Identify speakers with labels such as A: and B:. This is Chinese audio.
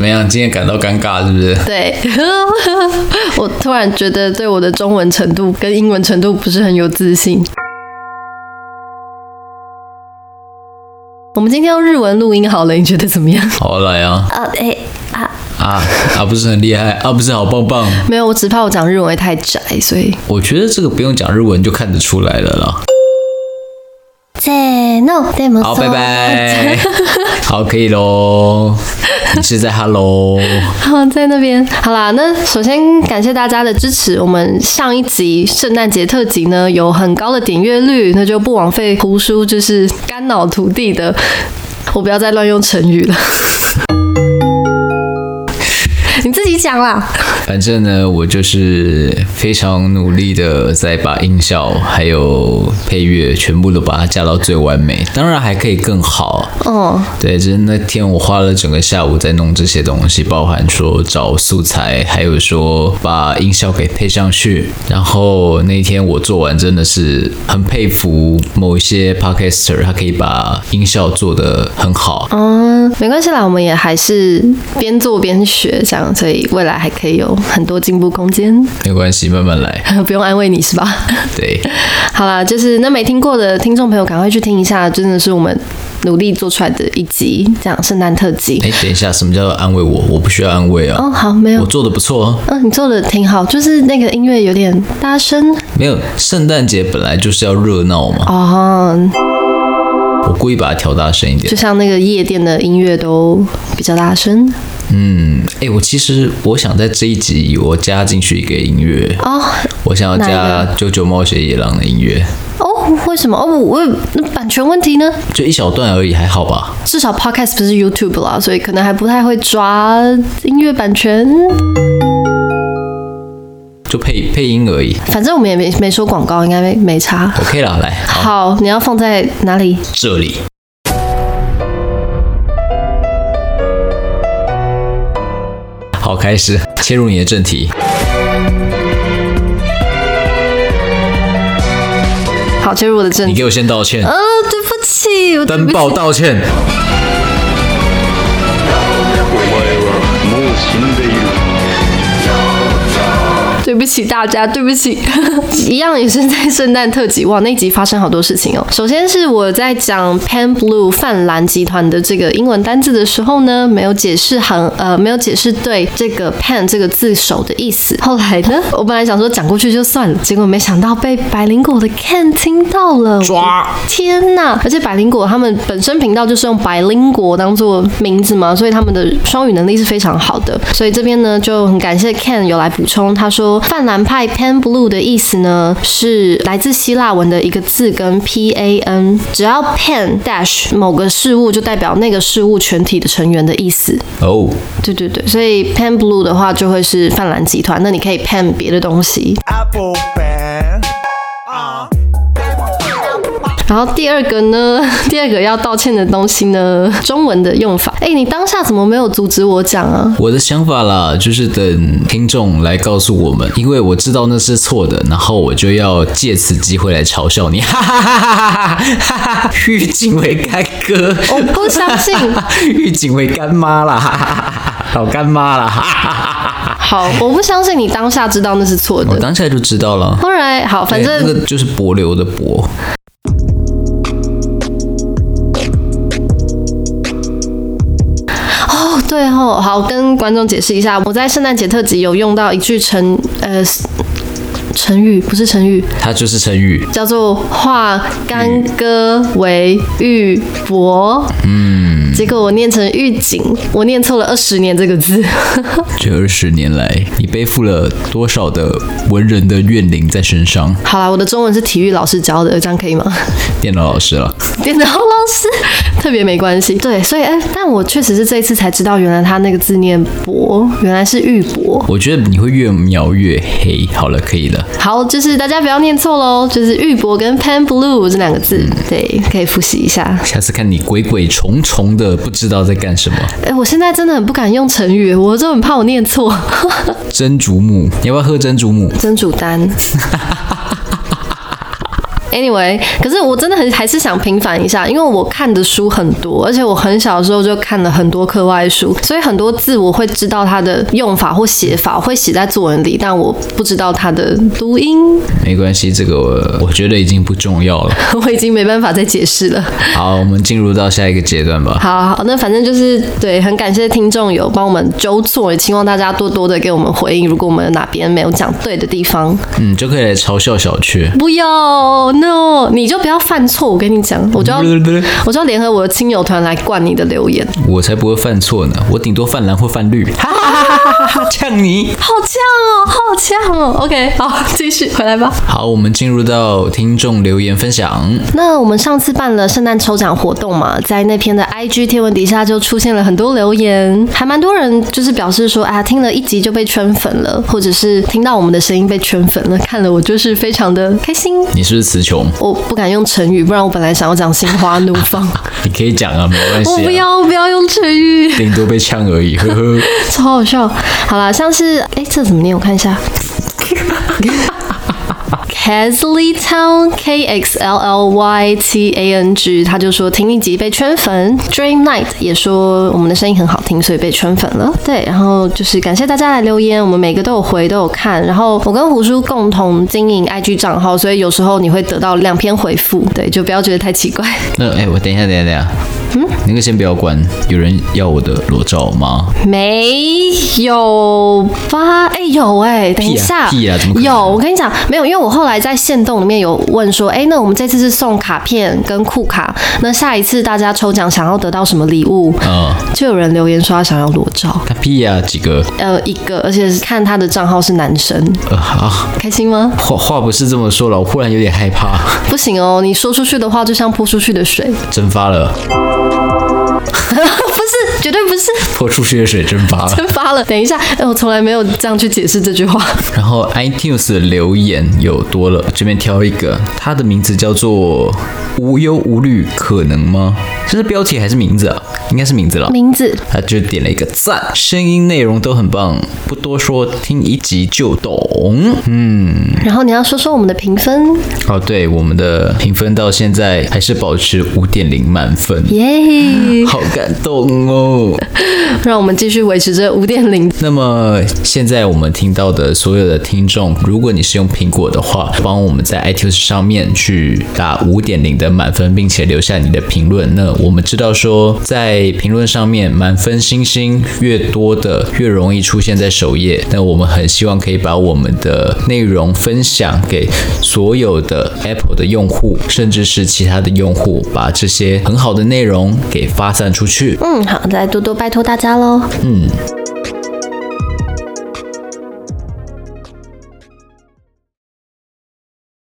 A: 么样？今天感到尴尬是不是？
B: 对， 我突然觉得对我的中文程度跟英文程度不是很有自信。我们今天用日文录音好了，你觉得怎么样？
A: 好来啊
B: 啊，哎啊，
A: 啊啊，不是很厉害啊，不是好棒棒。
B: 没有，我只怕我讲日文会太窄，所以
A: 我觉得这个不用讲日文就看得出来了啦。
B: せーの、でも
A: 好，拜。 拜。嗯好，可以喽。你是在 Hello？
B: 好， 在那边。好啦，那首先感谢大家的支持。我们上一集圣诞节特辑呢，有很高的点阅率，那就不枉费胡叔就是肝脑涂地的。我不要再乱用成语了。你自己讲啦，
A: 反正呢，我就是非常努力的在把音效还有配乐全部都把它加到最完美，当然还可以更好。
B: 哦，
A: 对，就是那天我花了整个下午在弄这些东西，包含说找素材，还有说把音效给配上去。然后那天我做完，真的是很佩服某一些 podcaster，他可以把音效做得很好。
B: 嗯，没关系啦，我们也还是边做边学，这样，所以未来还可以有很多进步空间，
A: 没关系，慢慢来。
B: 不用安慰你是吧？
A: 对，
B: 好啦，就是那没听过的听众朋友，赶快去听一下，真的是我们努力做出来的一集，这样圣诞特辑。
A: 哎，等一下，什么叫安慰我？我不需要安慰啊，
B: 哦，好，没
A: 我
B: 有，
A: 做的不错啊。
B: 嗯，你做的挺好，就是那个音乐有点大声
A: 没有，圣诞节本来就是要热闹嘛，
B: 哦，
A: 我故意把它调大声一点
B: 就。像那个夜店的音乐都比较大声
A: 嗯，哎，我其实我想在这一集我加进去一个音乐。
B: 哦
A: 我想要
B: 哪
A: 加《九九冒险野狼》的音乐，
B: 哦，为什么哦？我那版权问题呢？
A: 就一小段而已，还好吧？
B: 至少 podcast 不是 YouTube 啦，所以可能还不太会抓音乐版权。
A: 就配配音而已
B: 反正我们也没没收广告，应该没没差。
A: ，OK 啦。来，好，
B: 好，你要放在哪里？
A: 这里好开始，切入你的正题。
B: 好，切入我的正
A: 你给我先道歉，
B: 呃，对不起，我对
A: 登
B: 不起
A: 报道歉。
C: お前はもう死んでいる
B: 对不起大家，对不起。 一样也是在圣诞特辑，哇，那集发生好多事情哦。首先是我在讲 Pan Blue 泛蓝集团的这个英文单字的时候呢，没有解释行呃，没有解释对这个 Pan 这个字首的意思。后来呢，我本来想说讲过去就算了，结果没想到被百灵果的 Ken 听到了，抓！天呐！而且百灵果他们本身频道就是用百灵果当做名字嘛，所以他们的双语能力是非常好的。所以这边呢就很感谢 Ken 有来补充，他说泛蓝派 Pan Blue 的意思呢是来自希腊文的一个字根 P A N，只要 Pan dash 某个事物就代表那个事物全体的成员的意思。
A: 哦，
B: 对对对，所以 Pan Blue 的话就会是泛蓝集团，那你可以 Pan 别的东西。
D: Apple Pen.
B: 然后第二个呢， 第二个要道歉的东西呢，中文的用法。哎，你当下怎么没有阻止我讲啊？
A: 我的想法啦，就是等听众来告诉我们，因为我知道那是错的，然后我就要借此机会来嘲笑你，哈哈哈哈哈哈哈哈！郁金为干哥，
B: 我不相 信。
A: 预警为干妈啦，哈哈哈哈 老干妈啦，哈哈哈哈
B: 好，我不相信你当下知道那是错
A: 我
B: 的。
A: 当下就知道了。
B: 后来好，反
A: 对那
B: 正
A: 个就是柏流的柏，
B: 哦，对哦，好，跟观众解释一下，我在圣诞节特辑有用到一句成呃成语，不是成语，
A: 它就是成语。
B: 叫做化干戈为玉帛。嗯，结果我念成预警，我念错了二十年这个字。
A: 这二十年来，你背负了多少的文人的怨灵在身上？
B: 好啦，我的中文是体育老师教的，这样可以吗？
A: 电脑老师了，
B: 电脑老师特别没关系。对，所以哎、但我确实是这一次才知道，原来他那个字念“博”，原来是玉帛。
A: 我觉得你会越描越黑。好了，可以了。
B: 好，就是大家不要念错喽，就是玉帛跟 Pan Blue 这两个字，对，可以复习一下。
A: 下次看你鬼鬼重重的，不知道在干什么。
B: 哎、我现在真的很不敢用成语，我就很怕我念错。
A: 真竹木，你要不要喝真竹木？
B: 真主丹。 Anyway，可是我真的很还是想平反一下，因为我看的书很多，而且我很小的时候就看了很多课外书，所以很多字我会知道它的用法或写法，我会写在作文里，但我不知道它的读音，
A: 没关系，这个我我觉得已经不重要了。
B: 我已经没办法再解释了。
A: 好，我们进入到下一个阶段吧。
B: 好，好，那反正就是对，很感谢听众有帮我们纠错，也希望大家多多的给我们回应，如果我们有哪边没有讲对的地方，
A: 嗯，就可以来嘲笑小雀。
B: 不要，no，你就不要犯错，我跟你讲，我就要。我就要联合我的亲友团来灌你的留言，
A: 我才不会犯错呢，我顶多犯蓝或犯绿。哈哈哈哈哈哈！呛你。
B: 好呛哦，好呛哦。OK，好，继续回来吧。
A: 好，我们进入到听众留言分享。
B: 那我们上次办了圣诞抽奖活动嘛，在那篇的 IG 贴文底下就出现了很多留言，还蛮多人就是表示说，啊，听了一集就被圈粉了，或者是听到我们的声音被圈粉了，看了我就是非常的开心。
A: 你是不是词穷？
B: 我不敢用成语，不然我本来想要讲心花怒放，
A: 你可以讲 啊，没关系、啊。
B: 我不，要，我不要用成语。
A: 顶多被呛而 已。呵呵。
B: 超好笑。好啦，像是哎、诶这怎么念？我看一下。Casley Town K X L L Y T A N G，他就说听一集被圈粉，Dream Night 也说我们的声音很好听，所以被圈粉了。对，然后就是感谢大家来留言，我们每个都有回都有看。然后我跟胡叔共同经营 IG 账号，所以有时候你会得到两篇回复，对，就不要觉得太奇怪。
A: 那哎、我等一下，等一下，等一下。嗯，那个先不要关，有人要我的裸照吗？
B: 没有吧？哎、有哎、等一下，
A: 屁啊屁啊怎么可能
B: 有？我跟你讲，没有，因为我后来在线动里面有问说，哎、那我们这次是送卡片跟酷卡，那下一次大家抽奖想要得到什么礼物？
A: 嗯，
B: 就有人留言说他想要裸照，
A: 他屁呀、几个？
B: 呃，一个，而且是看他的账号是男生，
A: 呃，啊，
B: 开心吗？
A: 话话不是这么说了，我忽然有点害怕，
B: 不行哦，你说出去的话就像泼出去的水，
A: 蒸发了，
B: 不是，绝对不是，
A: 泼出去的水蒸发了。
B: 真发了。等一下，哎、我从来没有这样去解释这句话。
A: 然后 iTunes 的留言有多了，这边挑一个，它的名字叫做“无忧无虑”，可能吗？这是标题还是名字啊？应该是名字了。
B: 名字
A: 他就点了一个赞，声音内容都很棒，不多说，听一集就懂。嗯，
B: 然后你要说说我们的评分，
A: 哦，对，我们的评分到现在还是保持五点零满分，
B: 耶、
A: 好感动哦。
B: 让我们继续维持这五点零。
A: 那么现在我们听到的所有的听众，如果你是用苹果的话，帮我们在 iTunes 上面去打五点零的满分，并且留下你的评论。那我们知道说，在评论上面满分星星越多的，越容易出现在首页。那我们很希望可以把我们的内容分享给所有的 Apple 的用户，甚至是其他的用户，把这些很好的内容给发散出去。
B: 嗯，好，再多多拜托大家喽。
A: 嗯，